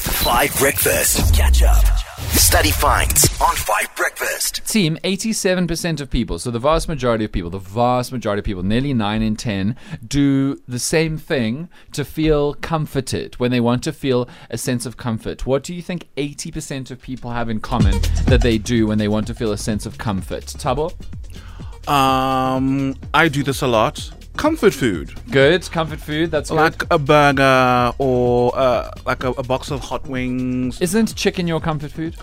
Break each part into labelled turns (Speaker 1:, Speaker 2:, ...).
Speaker 1: Five Breakfast. Catch up. Study finds on Five Breakfast.
Speaker 2: team, 87% of people, so the vast majority of people, the vast majority of people, nearly 9 in 10, do the same thing to feel comforted when they want to feel a sense of comfort. What do you think 80% of people have in common that they do when they want to feel a sense of comfort? Tabo?
Speaker 3: Um, I do this a lot. Comfort food,
Speaker 2: Good. Comfort food. That's good.
Speaker 3: like a burger or uh, like a, a box of hot wings.
Speaker 2: Isn't chicken your comfort food?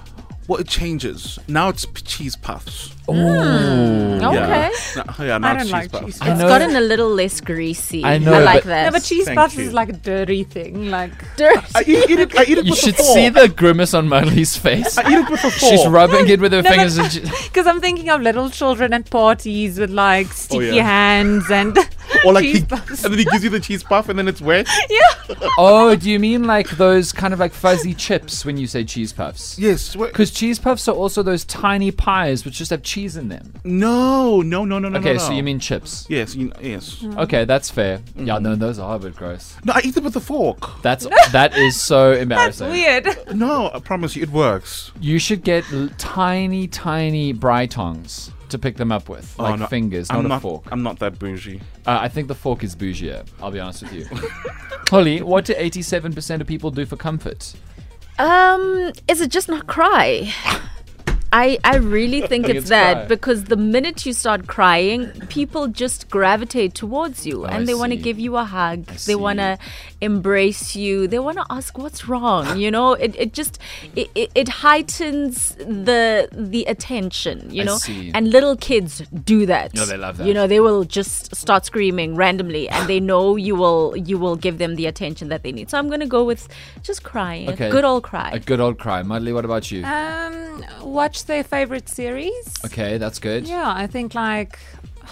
Speaker 3: well, it changes. Now it's p- cheese puffs.
Speaker 4: Okay.
Speaker 3: Yeah, No- yeah now
Speaker 5: I
Speaker 3: it's
Speaker 5: don't
Speaker 3: cheese
Speaker 5: like
Speaker 3: puffs.
Speaker 5: cheese.
Speaker 2: I
Speaker 4: It's
Speaker 2: know.
Speaker 4: gotten a little less greasy.
Speaker 2: I know,
Speaker 4: I like
Speaker 2: but-
Speaker 4: that.
Speaker 5: No, but cheese
Speaker 3: Thank
Speaker 5: puffs
Speaker 3: you.
Speaker 5: is like a dirty thing. Like
Speaker 4: Dirt.
Speaker 3: I eat, eat it. I eat it
Speaker 2: You
Speaker 3: with
Speaker 2: should
Speaker 3: a fork.
Speaker 2: see the grimace on Marley's face.
Speaker 3: I eat it with a fork.
Speaker 2: She's rubbing it with her
Speaker 5: No,
Speaker 2: fingers.
Speaker 5: but-
Speaker 2: and she-
Speaker 5: Because I'm thinking of little children at parties with like sticky
Speaker 3: yeah.
Speaker 5: hands and
Speaker 3: or like
Speaker 5: cheese
Speaker 3: he,
Speaker 5: puffs.
Speaker 3: and then he gives you the cheese puff, and then it's wet.
Speaker 2: oh, do you mean like those kind of like fuzzy chips when you say cheese puffs?
Speaker 3: Yes. wait.
Speaker 2: Because cheese puffs are also those tiny pies which just have cheese in them.
Speaker 3: No, no, no, no, no.
Speaker 2: okay,
Speaker 3: no,
Speaker 2: so
Speaker 3: no. Mm.
Speaker 2: you mean chips?
Speaker 3: Yes, you, yes.
Speaker 2: Okay, that's fair. Yeah, no, those are a bit gross.
Speaker 3: No, I eat it with a fork.
Speaker 2: That's that is so embarrassing.
Speaker 5: Weird.
Speaker 3: No, I promise you, it works.
Speaker 2: You should get l- tiny, tiny bri tongs to pick them up with, like
Speaker 3: Oh, no,
Speaker 2: fingers,
Speaker 3: I'm
Speaker 2: not,
Speaker 3: not
Speaker 2: a fork. Uh,
Speaker 3: I'm not that bougie.
Speaker 2: I think the fork is bougier. I'll be honest with you. Holly, what do 87% of people do for comfort?
Speaker 4: Um, is it just not cry? I, I really think it's,
Speaker 2: it's
Speaker 4: that
Speaker 2: cry.
Speaker 4: because the minute you start crying, people just gravitate towards you
Speaker 2: Oh, I
Speaker 4: and they want to
Speaker 2: see.
Speaker 4: give you a hug.
Speaker 2: see.
Speaker 4: they want to embrace you. They want to ask what's wrong. You know, it, it just it, it, it heightens the the attention. You
Speaker 2: I
Speaker 4: know,
Speaker 2: see.
Speaker 4: and little kids do that.
Speaker 2: No, they love that.
Speaker 4: You know, they will just start screaming randomly, and they know you will you will give them the attention that they need. So I'm gonna go with just crying, a
Speaker 2: Okay.
Speaker 4: good old cry.
Speaker 2: A good old cry. Mudley, what about you?
Speaker 5: Um, watch their favorite series.
Speaker 2: okay, that's good.
Speaker 5: Yeah, I think like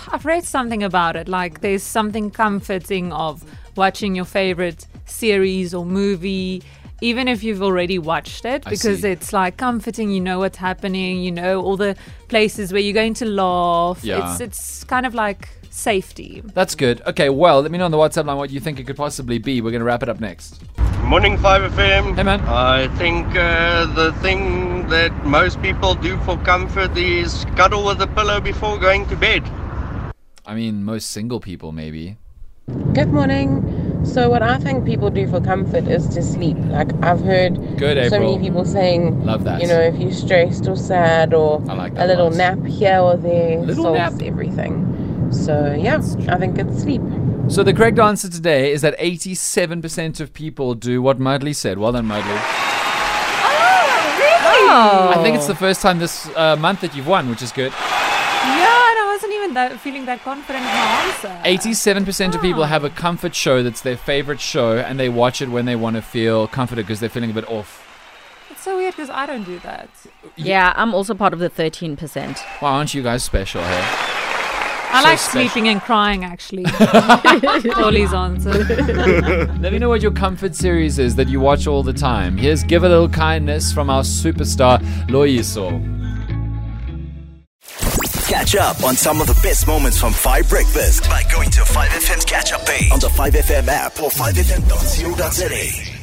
Speaker 5: I've read something about it. Like there's something comforting of watching your favorite series or movie. Even if you've already watched it,
Speaker 2: I
Speaker 5: because
Speaker 2: see.
Speaker 5: it's like comforting, you know what's happening, you know all the places where you're going to laugh.
Speaker 2: Yeah.
Speaker 5: It's it's kind of like safety.
Speaker 2: That's good. Okay, well, let me know on the WhatsApp line what you think it could possibly be. We're going to wrap it up next.
Speaker 6: Morning 5FM.
Speaker 2: Hey, man.
Speaker 6: I think uh, the thing that most people do for comfort is cuddle with a pillow before going to bed.
Speaker 2: I mean, most single people, maybe.
Speaker 7: Good morning. So, what I think people do for comfort is to sleep. Like, I've heard
Speaker 2: Good,
Speaker 7: so
Speaker 2: April.
Speaker 7: many people saying,
Speaker 2: Love that.
Speaker 7: you know, if you're stressed or sad or
Speaker 2: I like that
Speaker 7: a little
Speaker 2: one.
Speaker 7: nap here or there
Speaker 2: Little
Speaker 7: solves
Speaker 2: nap.
Speaker 7: everything. So, yeah, I think it's sleep.
Speaker 2: So the correct answer today is that 87% of people do what Mudley said. Well done, Mudley. I think it's the first time this uh, month that you've won, which is good.
Speaker 5: Yeah, and I wasn't even that feeling that confident in my answer.
Speaker 2: 87% of people have a comfort show that's their favorite show, and they watch it when they want to feel comforted because they're feeling a bit off.
Speaker 5: It's so weird because I don't do that.
Speaker 4: yeah, I'm also part of the 13%.
Speaker 2: Why aren't you guys special here?
Speaker 5: I
Speaker 2: So
Speaker 5: like
Speaker 2: special.
Speaker 5: sleeping and crying actually. Holly's answer.
Speaker 2: Let me know what your comfort series is that you watch all the time. Here's Give a Little Kindness from our superstar, Loiso.
Speaker 1: Catch up on some of the best moments from Five Breakfast by going to 5FM's catch up page on the 5FM app or 5FM.co.za.